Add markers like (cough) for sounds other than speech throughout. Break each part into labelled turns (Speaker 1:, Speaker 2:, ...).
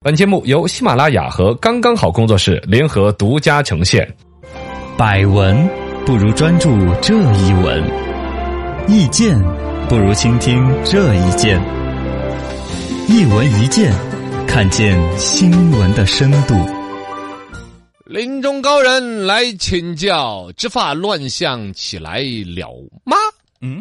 Speaker 1: 本节目由喜马拉雅和刚刚好工作室联合独家呈现。
Speaker 2: 百闻不如专注这一闻，意见不如倾听这一见。一闻一见，看见新闻的深度。
Speaker 1: 林中高人来请教，执法乱象起来了吗？
Speaker 2: 嗯，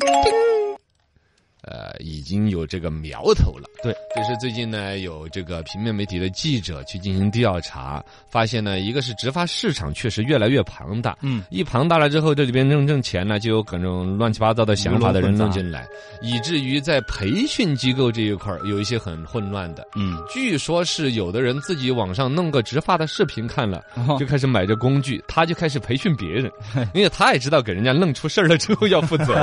Speaker 1: 呃，已经有这个苗头了。
Speaker 2: 对，
Speaker 1: 这是最近呢有这个平面媒体的记者去进行调查，发现呢，一个是执法市场确实越来越庞大，
Speaker 2: 嗯，
Speaker 1: 一庞大了之后，这里边挣挣钱呢，就有各种乱七八糟的想法的人
Speaker 2: 鱼龙
Speaker 1: 弄
Speaker 2: 混杂
Speaker 1: 进来，以至于在培训机构这一块儿有一些很混乱的。
Speaker 2: 嗯，
Speaker 1: 据说是有的人自己网上弄个植发的视频看了，
Speaker 2: 哦
Speaker 1: 就开始买这工具，他就开始培训别人，因为他也知道给人家弄出事儿了之后要负责，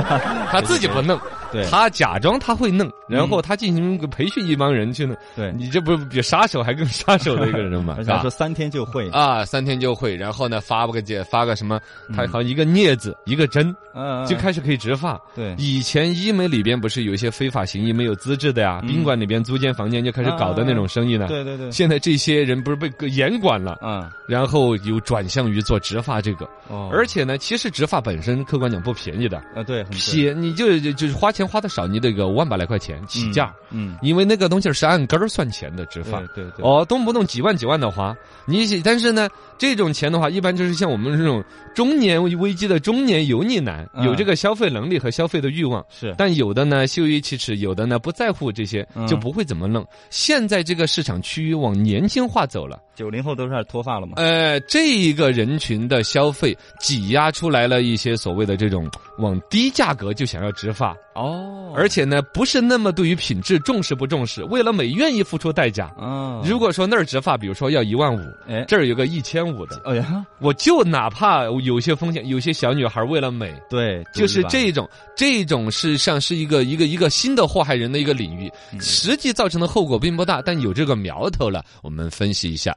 Speaker 1: 他自己不弄，
Speaker 2: (laughs) 对嗯
Speaker 1: 他假装他会弄，然后他进行个培训一帮人去弄，
Speaker 2: 对，
Speaker 1: 你这不是比杀手还更杀手的一个人
Speaker 2: (laughs)
Speaker 1: 吗？
Speaker 2: 而
Speaker 1: 是
Speaker 2: 且还
Speaker 1: 吧
Speaker 2: 说三天就会，
Speaker 1: 啊，三天就会，然后呢发个姐发个什么，他好像一个镊子一个针
Speaker 2: 嗯，
Speaker 1: 就开始可以植发。
Speaker 2: 对，
Speaker 1: 以前医美里边不是有一些非法行医没有资质的呀，
Speaker 2: 嗯
Speaker 1: 宾馆里边租间房间就开始搞的那种生意呢。
Speaker 2: 对对对，
Speaker 1: 现在这些人不是被严管了，
Speaker 2: 嗯，
Speaker 1: 然后又转向于做植发这个，
Speaker 2: 哦，
Speaker 1: 而且呢，其实植发本身客观讲不便宜的，
Speaker 2: 啊，对，很贵
Speaker 1: 便你就就就是花钱花的少，你得个万把来块钱起价，，
Speaker 2: 嗯，
Speaker 1: 因为那个东西是按根儿算钱的植
Speaker 2: 嗯
Speaker 1: 发。
Speaker 2: 对对对，
Speaker 1: 哦，动不动几万几万的花，你喜但是呢，这种钱的话，一般就是像我们这种中年危机的中年油腻男，
Speaker 2: 嗯
Speaker 1: 有这个消费能力和消费的欲望，
Speaker 2: 是，
Speaker 1: 但有的呢羞于启齿，有的呢不在乎这些
Speaker 2: 嗯，
Speaker 1: 就不会怎么弄。现在这个市场趋于往年轻化走了，
Speaker 2: 九零后都开始脱发了嘛，
Speaker 1: 呃，这一个人群的消费挤压出来了一些所谓的这种往低价格就想要植发，
Speaker 2: 哦
Speaker 1: 而且呢不是那么对于品质重视不重视，为了美愿意付出代价。
Speaker 2: 啊，
Speaker 1: 如果说那儿植发，比如说要一万五，
Speaker 2: 哎，
Speaker 1: 这儿有个一千五的，
Speaker 2: 哎呀，
Speaker 1: 我就哪怕有些风险，有些小女孩为了美，
Speaker 2: 对，
Speaker 1: 就是
Speaker 2: 吧，
Speaker 1: 这种，这种事实上是一个一个一个新的祸害人的一个领域，
Speaker 2: 嗯
Speaker 1: 实际造成的后果并不大，但有这个苗头了，我们分析一下。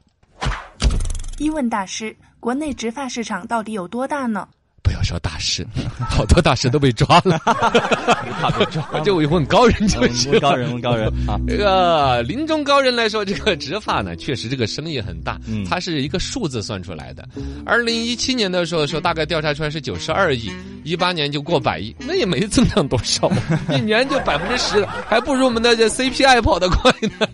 Speaker 3: 一问大师，国内植发市场到底有多大呢？
Speaker 1: 不要说大师， (laughs) 好多大师都被
Speaker 2: (laughs)
Speaker 1: 抓了， (laughs)，
Speaker 2: 怕被抓
Speaker 1: 就问高人就行了。
Speaker 2: 嗯问高人，问高人 (laughs) 啊，
Speaker 1: 这个临终高人来说，这个植发呢，确实这个生意很大，
Speaker 2: 嗯
Speaker 1: 它是一个数字算出来的。二零一七年的时候，说大概调查出来是九十二亿，一八年就过百亿，那也没增长多
Speaker 2: (laughs)
Speaker 1: 少，一年就百分之十，还不如我们的这 CPI 跑得快呢。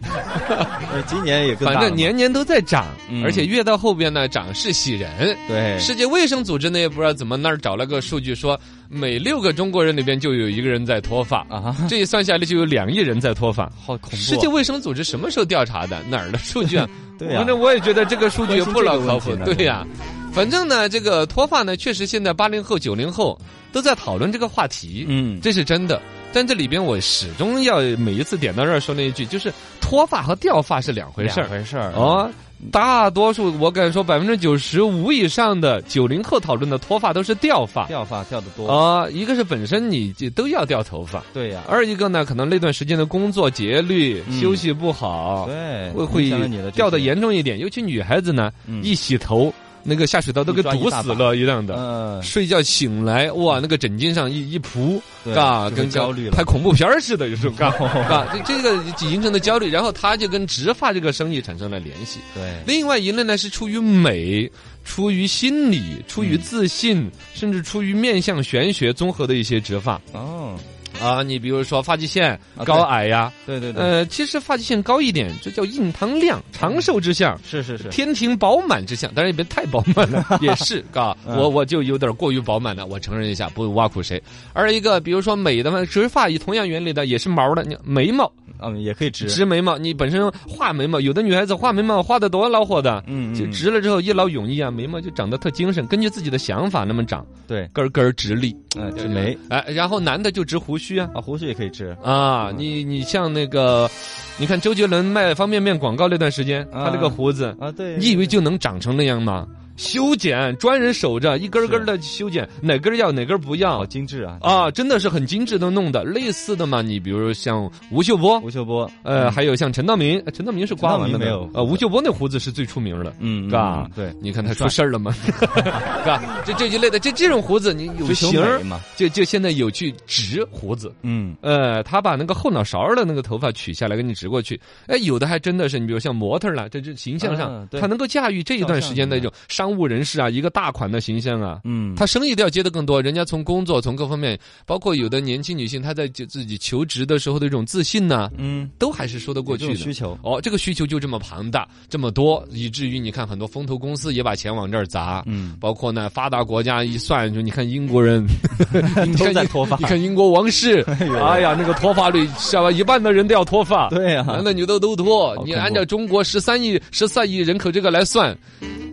Speaker 2: 呃，今年也更大
Speaker 1: 反
Speaker 2: 了
Speaker 1: 正
Speaker 2: 嘛
Speaker 1: 年年都在涨，
Speaker 2: 嗯
Speaker 1: 而且越到后边呢，涨势喜人。
Speaker 2: 对
Speaker 1: 世界卫生组织呢，也不知道怎么那儿找了个数据说，每六个中国人里边就有一个人在脱发，
Speaker 2: 啊，
Speaker 1: 这一算下来就有两亿人在脱发。
Speaker 2: 好恐怖啊！
Speaker 1: 世界卫生组织什么时候调查的？哪儿的数据啊？
Speaker 2: (laughs) 对呀
Speaker 1: 反正我也觉得这个数据也不老靠
Speaker 2: 关
Speaker 1: 谱
Speaker 2: 心这个问。题呢
Speaker 1: 对呀、反正呢，这个脱发呢，确实现在八零后、九零后都在讨论这个话题，
Speaker 2: 嗯，
Speaker 1: 这是真的。但这里边我始终要每一次点到这儿说那一句，就是脱发和掉发是两回事儿
Speaker 2: 两。回事儿
Speaker 1: 哦，大多数我敢说百分之九十五以上的九零后讨论的脱发都是掉发。
Speaker 2: 掉发掉的多，
Speaker 1: 啊、一个是本身你就都要掉头发，
Speaker 2: 对呀，
Speaker 1: 二一个呢，可能那段时间的工作节律、
Speaker 2: 嗯
Speaker 1: 休息不好，
Speaker 2: 对，
Speaker 1: 会
Speaker 2: 影响了你
Speaker 1: 会
Speaker 2: 的
Speaker 1: 掉的，严重一点。尤其女孩子呢，
Speaker 2: 嗯
Speaker 1: 一洗头，那个下水道都
Speaker 2: 一
Speaker 1: 跟
Speaker 2: 抓一
Speaker 1: 堵
Speaker 2: 大
Speaker 1: 死
Speaker 2: 把
Speaker 1: 了一样的。
Speaker 2: 嗯，
Speaker 1: 睡觉醒来，哇，那个枕巾上一一扑，
Speaker 2: 对就
Speaker 1: 嘎，
Speaker 2: 会
Speaker 1: 跟
Speaker 2: 焦虑了
Speaker 1: 拍恐怖片儿似的，有时候
Speaker 2: (laughs)
Speaker 1: 嘎嘎，这这个形成的焦虑，然后它就跟植发这个生意产生了联系。
Speaker 2: 对，
Speaker 1: 另外一类呢是出于美，出于心理，出于自信，甚至出于面向玄学综合的一些植发。
Speaker 2: 哦，
Speaker 1: 啊，你比如说发际线
Speaker 2: 啊
Speaker 1: 高矮呀、
Speaker 2: 对对对，
Speaker 1: 呃，其实发际线高一点，这叫印堂亮、长寿之象。
Speaker 2: 是是是，
Speaker 1: 天庭饱满之象，当然也别太饱满 (laughs) 了，也是，嘎，
Speaker 2: 嗯
Speaker 1: 我我就有点过于饱满了，我承认一下，不挖苦谁。而一个，比如说美的嘛，植发也同样原理的，也是毛的，你眉毛
Speaker 2: 嗯，也可以植，
Speaker 1: 植眉毛，你本身画眉毛，有的女孩子画眉毛画的多恼火的，
Speaker 2: 嗯，嗯
Speaker 1: 就，植了之后一劳永逸啊，眉毛就长得特精神，根据自己的想法那么长，
Speaker 2: 对，
Speaker 1: 根儿根儿直立，
Speaker 2: 嗯，植梅
Speaker 1: 哎，然后男的就植胡须啊，
Speaker 2: 啊，胡须也可以植，
Speaker 1: 啊，
Speaker 2: 嗯
Speaker 1: 你你像那个，你看周杰伦卖方便面广告那段时间，他那个
Speaker 2: 啊
Speaker 1: 胡子，
Speaker 2: 啊，对，
Speaker 1: 你以为就能长成那样吗？修剪，专人守着，一根根的修剪，哪根要哪根不要
Speaker 4: 好精致啊！
Speaker 1: 啊，真的是很精致的弄的。类似的嘛，你比如像吴秀波，
Speaker 4: 吴秀波，
Speaker 1: 呃，还有像陈道明，呃陈道明是刮完了
Speaker 4: 陈道明没
Speaker 1: 的
Speaker 4: 有，
Speaker 1: 呃，吴秀波那胡子是最出名的。
Speaker 4: 嗯，
Speaker 1: 嘎
Speaker 4: 嗯对，
Speaker 1: 你看他出事儿了吗？ (laughs) 是吧？这这一类的，这这种胡子，你有
Speaker 4: 追求
Speaker 1: 型儿
Speaker 4: 美嘛，
Speaker 1: 就就现在有去植胡子，
Speaker 4: 嗯，
Speaker 1: 呃，他把那个后脑勺儿的那个头发取下来，给你植过去。哎，有的还真的是，你比如像模特儿啦，这这形象上
Speaker 4: 啊，对
Speaker 1: 他能够驾驭这一段时间的一种商务人士啊，一个大款的形象啊。
Speaker 4: 嗯，
Speaker 1: 他生意都要接的更多，人家从工作从各方面，包括有的年轻女性，她在就自己求职的时候的一种自信呐，
Speaker 4: 嗯，
Speaker 1: 都还是说得过
Speaker 4: 有这
Speaker 1: 去
Speaker 4: 种
Speaker 1: 的。
Speaker 4: 需求，
Speaker 1: 哦，这个需求就这么庞大，这么多，以至于你看很多风投公司也把钱往这儿砸。
Speaker 2: (laughs)
Speaker 4: 嗯，
Speaker 1: 包括呢，发达国家一算，就你看英国
Speaker 4: (laughs)
Speaker 1: 人，你看
Speaker 4: 都在
Speaker 1: 英
Speaker 4: 脱发
Speaker 1: (laughs) 你看英国王
Speaker 4: (laughs)
Speaker 1: 室，哎呀，那个脱发率下来一半的人都要脱发，
Speaker 4: 对啊，
Speaker 1: 男的女的都脱。
Speaker 4: 恐
Speaker 1: 你
Speaker 4: 怖
Speaker 1: 按照中国十三亿、十四亿人口这个来算，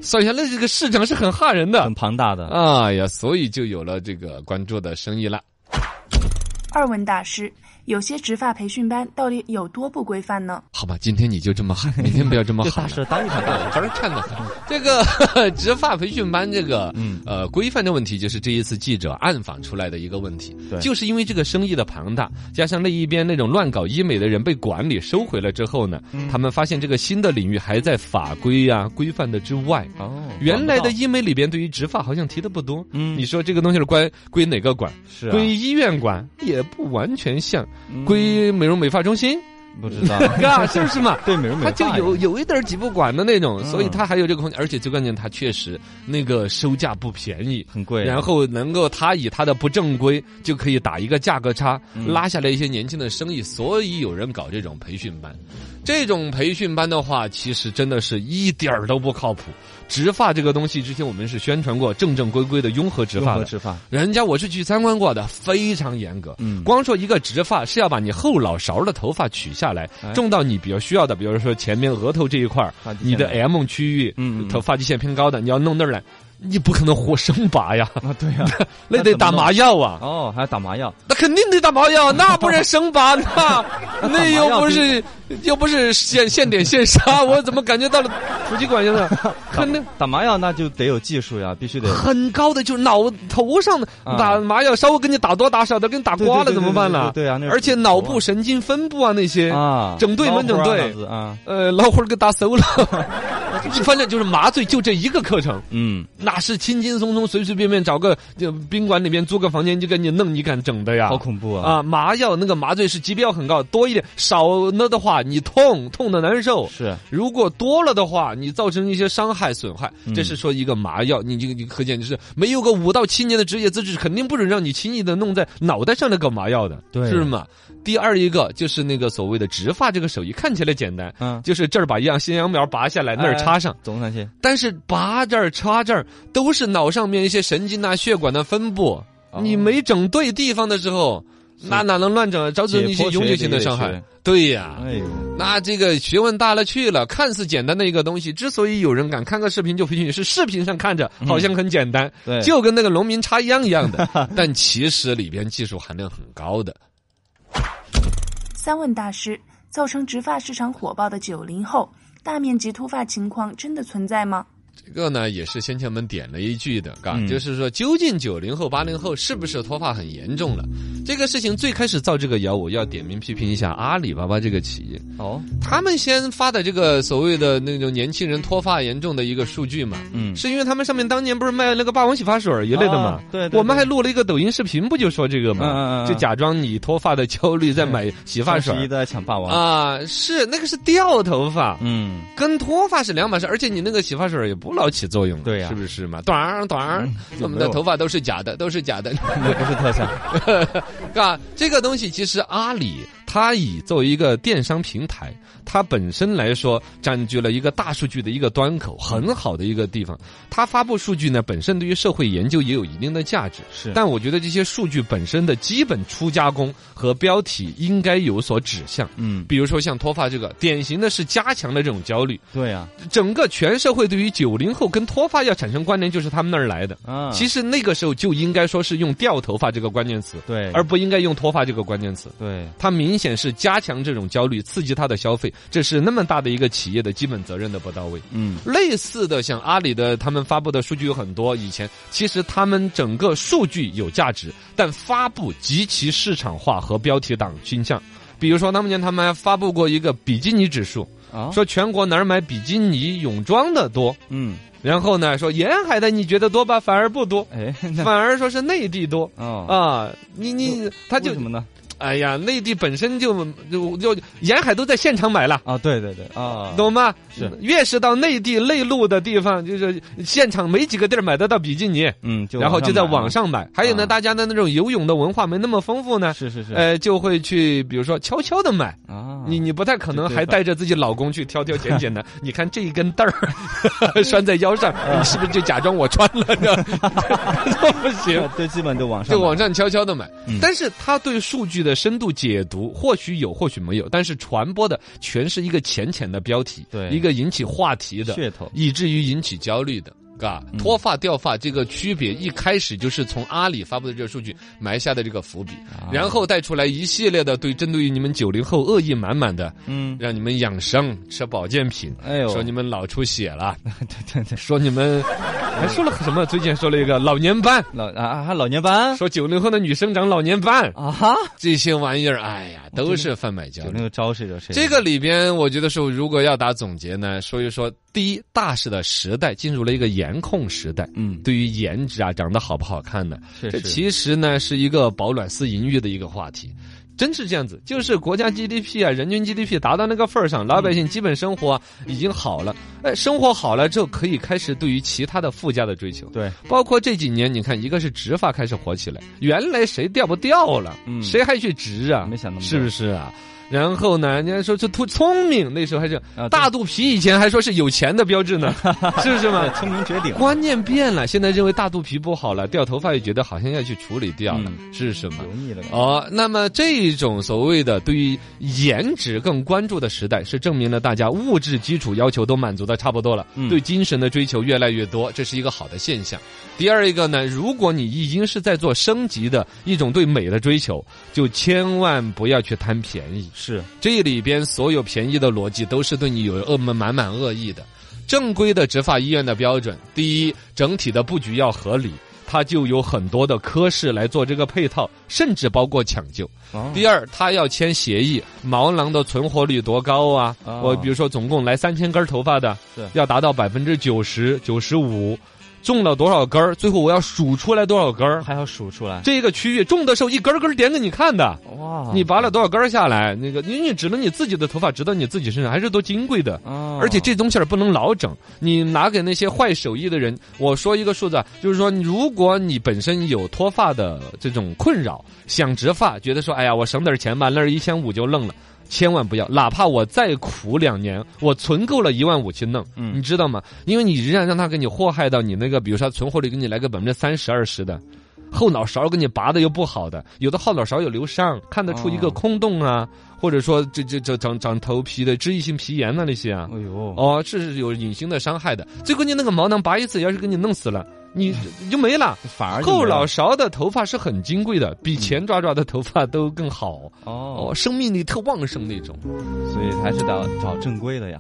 Speaker 1: 算下来这个市场是很吓人的
Speaker 4: 很。庞
Speaker 1: (laughs)
Speaker 4: 大的，
Speaker 1: 哎呀，所以就有了这个关注的生意了。
Speaker 3: 二问大师，有些植发培训班到底有多不规范呢？
Speaker 1: 好吧，今天你就这么 (laughs) 喊，明天不要这么
Speaker 4: 这
Speaker 1: 喊
Speaker 4: 大
Speaker 1: 了。
Speaker 4: 事当一场大
Speaker 1: 嗯我当时看到这个 (laughs) 植发培训班这个
Speaker 4: 嗯
Speaker 1: 呃规范的问题，就是这一次记者暗访出来的一个问题
Speaker 4: 对，
Speaker 1: 就是因为这个生意的庞大，加上那一边那种乱搞医美的人被管理收回了之后呢，
Speaker 4: 嗯
Speaker 1: 他们发现这个新的领域还在法规啊规范的之外。
Speaker 4: 哦
Speaker 1: 原来的
Speaker 4: 管不到
Speaker 1: 医美里边对于植发好像提的不多，
Speaker 4: 嗯
Speaker 1: 你说这个东西是归归哪个管？
Speaker 4: 是啊
Speaker 1: 归医院管也不完全像，
Speaker 4: 嗯
Speaker 1: 归美容美发
Speaker 4: (laughs)
Speaker 1: 中心，
Speaker 4: 不知道，
Speaker 1: 啊，是不是嘛？
Speaker 4: 对美容美
Speaker 1: 他
Speaker 4: 发
Speaker 1: 就有有一点儿挤不管的那种，
Speaker 4: 嗯
Speaker 1: 所以他还有这个空间，而且最关键，他确实那个收价不便宜。
Speaker 4: 很贵，
Speaker 1: 然后能够他以他的不正规就可以打一个价格差，
Speaker 4: 嗯
Speaker 1: 拉下来一些年轻的生意，所以有人搞这种培训班。这种培训班的话，其实真的是一点儿都不靠谱。植发这个东西，之前我们是宣传过正正规规的雍和植
Speaker 4: 如
Speaker 1: 发
Speaker 4: 何
Speaker 1: 的，
Speaker 4: 植发，
Speaker 1: 人家我是去参观过的，非常严格。
Speaker 4: 嗯
Speaker 1: 光说一个植发是要把你后脑勺的头发取下来
Speaker 4: 哎，
Speaker 1: 种到你比较需要的，比如说前面额头这一块儿
Speaker 4: 发际线
Speaker 1: 你的
Speaker 4: 的
Speaker 1: M 区域，
Speaker 4: 嗯嗯嗯
Speaker 1: 头发际线偏高的，你要弄那儿来，你不可能活生
Speaker 4: (laughs)
Speaker 1: 拔呀，
Speaker 4: 啊，对啊，
Speaker 1: 那得打麻药啊，
Speaker 4: 哦，还要打麻药，
Speaker 1: 那肯定得打麻
Speaker 4: (laughs)
Speaker 1: 药，啊那不然生拔那那又不是又不是现现点
Speaker 4: (laughs)
Speaker 1: 现杀，我怎么感觉到了突击管用呢？肯定。
Speaker 4: 打麻药那就得有技术呀，必须得
Speaker 1: 很高的，就是脑头上的
Speaker 4: 啊
Speaker 1: 打麻药，稍微给你打多打少的，给你打刮了
Speaker 4: 对对对
Speaker 1: 怎么办呢？
Speaker 4: 对对对啊那是
Speaker 1: 而且脑部神经分布啊那些，
Speaker 4: 啊，
Speaker 1: 整队门整
Speaker 4: 猫
Speaker 1: 队
Speaker 4: 胡啊脑子啊，
Speaker 1: 呃，老虎儿给打馊了， (laughs) 反正就是麻醉，就这一个课程，
Speaker 4: 嗯，
Speaker 1: 那是轻轻松松、随随便便找个就宾馆里面租个房间就给你弄，你敢整的呀？
Speaker 4: 好恐怖啊，
Speaker 1: 啊！麻药那个麻醉是级别要很高，多一点少了的话，你痛痛的难受。
Speaker 4: 是
Speaker 1: 如果多了的话，你造成一些伤害损害，
Speaker 4: 嗯
Speaker 1: 这是说一个麻药，你你你可见就是没有个五到七年的职业资质，肯定不准让你轻易的弄在脑袋上那个麻药的，
Speaker 4: 对
Speaker 1: 是吗？第二一个就是那个所谓的植发这个手艺，看起来简单。
Speaker 4: 嗯，
Speaker 1: 就是这儿把一样新羊苗拔下来，那
Speaker 4: 哎
Speaker 1: 儿插上，
Speaker 4: 总那些
Speaker 1: 但是拔这儿插这儿都是脑上面一些神经啊、血管的分布，
Speaker 4: 哦
Speaker 1: 你没整对地方的时候，那哪能乱整？造成一些永久性的伤
Speaker 4: 解剖学
Speaker 1: 害
Speaker 4: 的。
Speaker 1: 对呀、
Speaker 4: 哎呦，
Speaker 1: 那这个学问大了去了，看似简单的一个东西，之所以有人敢看个视频就培训，是视频上看着好像很简单，
Speaker 4: 嗯对，
Speaker 1: 就跟那个农民插秧一样的，但其实里边技术含量很高的。
Speaker 3: 三问大师，造成植发市场火爆的九零后，大面积秃发情况真的存在吗？
Speaker 1: 这个呢，也是先前我们点了一句的，嘎，
Speaker 4: 嗯
Speaker 1: 就是说，究竟九零后、八零后是不是脱发很严重了？这个事情最开始造这个谣，我要点名批评一下阿里巴巴这个企业，
Speaker 4: 哦，
Speaker 1: 他们先发的这个所谓的那种年轻人脱发严重的一个数据嘛，
Speaker 4: 嗯，
Speaker 1: 是因为他们上面当年不是卖那个霸王洗发水一类的嘛
Speaker 4: 啊？对对
Speaker 1: 我们还录了一个抖音视频，不就说这个
Speaker 4: 嗯
Speaker 1: 嘛
Speaker 4: 嗯？嗯
Speaker 1: 就假装你脱发的焦虑，在买洗发水
Speaker 4: 一
Speaker 1: 儿
Speaker 4: 都在抢霸王，
Speaker 1: 啊，是那个是掉头发，
Speaker 4: 嗯，
Speaker 1: 跟脱发是两码事，而且你那个洗发水也不老起作用，啊
Speaker 4: 对呀
Speaker 1: 是不是嘛？短儿短儿
Speaker 4: 嗯，
Speaker 1: 我
Speaker 4: 有
Speaker 1: 们
Speaker 4: 没
Speaker 1: 的
Speaker 4: 有
Speaker 1: 头发都是假的，都 (laughs) 是假的，
Speaker 4: 那不是特效，
Speaker 1: 啊，这个东西其实阿里它以作为一个电商平台，它本身来说占据了一个大数据的一个端口，很好的一个地方。它发布数据呢，本身对于社会研究也有一定的价值。
Speaker 4: 是
Speaker 1: 但我觉得这些数据本身的基本初加工和标题应该有所指向。
Speaker 4: 嗯，
Speaker 1: 比如说像脱发这个，典型的是加强了这种焦虑。
Speaker 4: 对啊呀，
Speaker 1: 整个全社会对于九零后跟脱发要产生关联，就是他们那儿来的。
Speaker 4: 啊，
Speaker 1: 其实那个时候就应该说是用掉头发这个关键词，
Speaker 4: 对，
Speaker 1: 而不应该用脱发这个关键词。
Speaker 4: 对，
Speaker 1: 它明显是加强这种焦虑，刺激它的消费，这是那么大的一个企业的基本责任的不到位。
Speaker 4: 嗯，
Speaker 1: 类似的，像阿里的他们发布的数据有很多，以前其实他们整个数据有价值，但发布极其市场化和标题党倾向。比如说，当年他们还发布过一个比基尼指数，
Speaker 4: 啊，
Speaker 1: 说全国哪儿买比基尼泳装的多，
Speaker 4: 嗯，
Speaker 1: 然后呢说沿海的你觉得多吧，反而不多，
Speaker 4: 哎，
Speaker 1: 反而说是内地多。
Speaker 4: 哦，
Speaker 1: 啊，你你他就
Speaker 4: 为什么呢？
Speaker 1: 哎呀，内地本身就就就沿海都在现场买了。
Speaker 4: 啊，对对对，啊，
Speaker 1: 懂吗？
Speaker 4: 是
Speaker 1: 越是到内地内陆的地方，就是现场没几个地儿买得到比基尼，
Speaker 4: 嗯，就
Speaker 1: 然后就在网
Speaker 4: 上
Speaker 1: 上买。还有呢，
Speaker 4: 啊
Speaker 1: 大家的那种游泳的文化没那么丰富
Speaker 4: 买
Speaker 1: 呢
Speaker 4: 嘛，，是是是，
Speaker 1: 呃，就会去比如说悄悄的买。
Speaker 4: 啊，
Speaker 1: 你你不太可能
Speaker 4: 对
Speaker 1: 还
Speaker 4: 对
Speaker 1: 带着自己老公去挑挑拣拣的。 (laughs) 你看这一根
Speaker 4: (laughs)
Speaker 1: 带儿拴在腰上，
Speaker 4: 嗯
Speaker 1: 你是不是就假装我穿了呢？这不行。
Speaker 4: 对，基本都网上
Speaker 1: 就
Speaker 4: 买
Speaker 1: 网站悄悄的买
Speaker 4: 嗯，
Speaker 1: 但是他对数据的深度解读或许有，或许没有，但是传播的全是一个浅浅的标题，
Speaker 4: 对
Speaker 1: 一个引起话题的，
Speaker 4: 噱头，嗯
Speaker 1: 以至于引起焦虑的。嘎，脱发掉发这个区别一开始就是从阿里发布的这个数据埋下的这个伏笔，
Speaker 4: 啊
Speaker 1: 然后带出来一系列的对针对于你们九零后恶意满满的，
Speaker 4: 嗯，
Speaker 1: 让你们养生吃保健品，
Speaker 4: 哎呦，
Speaker 1: 说你们脑出血了，
Speaker 4: (laughs)
Speaker 1: (laughs)
Speaker 4: 对对对，
Speaker 1: 说你们 (laughs) 还说了什么？最近说了一个老年 (laughs) 斑，
Speaker 4: 老啊还老年斑
Speaker 1: 说九零后的女生长老年斑，
Speaker 4: 啊哈，
Speaker 1: 这些玩意儿，哎呀，都是贩卖焦
Speaker 4: 有
Speaker 1: 虑
Speaker 4: 那。个招谁惹谁？
Speaker 1: 这个里边，我觉得说，如果要打总结呢，说一说，第一，大势的时代进入了一个颜控时代。
Speaker 4: 嗯，
Speaker 1: 对于颜值啊，长得好不好看呢？
Speaker 4: 确
Speaker 1: 嗯这
Speaker 4: 实
Speaker 1: 其实呢是一个保暖思淫欲的一个话题，真是这样子。就是国家 GDP 啊，人均 GDP 达到那个份儿上，老百姓基本生活、啊、已经好了。哎，生活好了之后，可以开始对于其他的附加的追求。
Speaker 4: 对，
Speaker 1: 包括这几年，你看，一个是植发开始火起来，原来谁掉不掉了，
Speaker 4: 嗯
Speaker 1: 谁还去植啊？
Speaker 4: 没想那么多
Speaker 1: 是不是啊？然后呢，人家说这图聪明，那时候还是、
Speaker 4: 啊对
Speaker 1: 大肚皮，以前还说是有钱的标志
Speaker 4: (laughs)
Speaker 1: 呢，是不是嘛
Speaker 4: 对？聪明绝
Speaker 1: (laughs)
Speaker 4: 顶，
Speaker 1: 观念变了，现在认为大肚皮不好了，掉头发也觉得好像要去处理掉了，
Speaker 4: 嗯
Speaker 1: 是什么
Speaker 4: 油？腻了，
Speaker 1: 哦，那么这种所谓的对于颜值更关注的时代，是证明了大家物质基础要求都满足的差不多了，
Speaker 4: 嗯
Speaker 1: 对精神的追求越来越多，这是一个好的现象。第二一个呢，如果你已经是在做升级的一种对美的追求，就千万不要去贪便宜。
Speaker 4: 是
Speaker 1: 这里边所有便宜的逻辑都是对你有恶满满满恶意的。正规的植发医院的标准，第一，整体的布局要合理，它就有很多的科室来做这个配套，甚至包括抢救。
Speaker 4: 哦
Speaker 1: 第二，它要签协议，毛囊的存活率多高啊？
Speaker 4: 哦
Speaker 1: 我比如说，总共来三千根头发的
Speaker 4: 是，
Speaker 1: 要达到百分之九十九十五，种了多少根儿？最后我要数出来多少根儿？
Speaker 4: 哦还要数出来，
Speaker 1: 这个区域种的时候一根儿根儿点给你看的。
Speaker 4: 哇
Speaker 1: 你拔了多少根儿下来？那个，因为你只能你自己的头发植到你自己身上，还是多金贵的。
Speaker 4: 啊，
Speaker 1: 而且这东西儿不能老整，你拿给那些坏手艺的人，我说一个数字，啊，就是说，如果你本身有脱发的这种困扰，想植发，觉得说，哎呀，我省点儿钱吧，那儿一千五就弄了。千万不要，哪怕我再苦两年，我存够了一万五去弄，
Speaker 4: 嗯
Speaker 1: 你知道吗？因为你仍然让他给你祸害到你那个，比如说他存活率给你来个百分之三十二十的，后脑勺给你拔的又不好的，有的后脑勺有留伤，看得出一个
Speaker 4: 哦
Speaker 1: 空洞啊，或者说这这这长长头皮的脂溢性皮炎呐、那些啊，
Speaker 4: 哎呦，
Speaker 1: 哦，这是有隐形的伤害的。最关键那个毛囊拔一次，要是给你弄死了，
Speaker 4: (laughs)
Speaker 1: 你你就没了。
Speaker 4: 反而就
Speaker 1: 后
Speaker 4: 没了嗯
Speaker 1: 脑勺的头发是很金贵的，比前抓抓的头发都更好，
Speaker 4: 哦
Speaker 1: 哦，，生命力特旺盛那种。
Speaker 4: 所以还是得找正规的呀。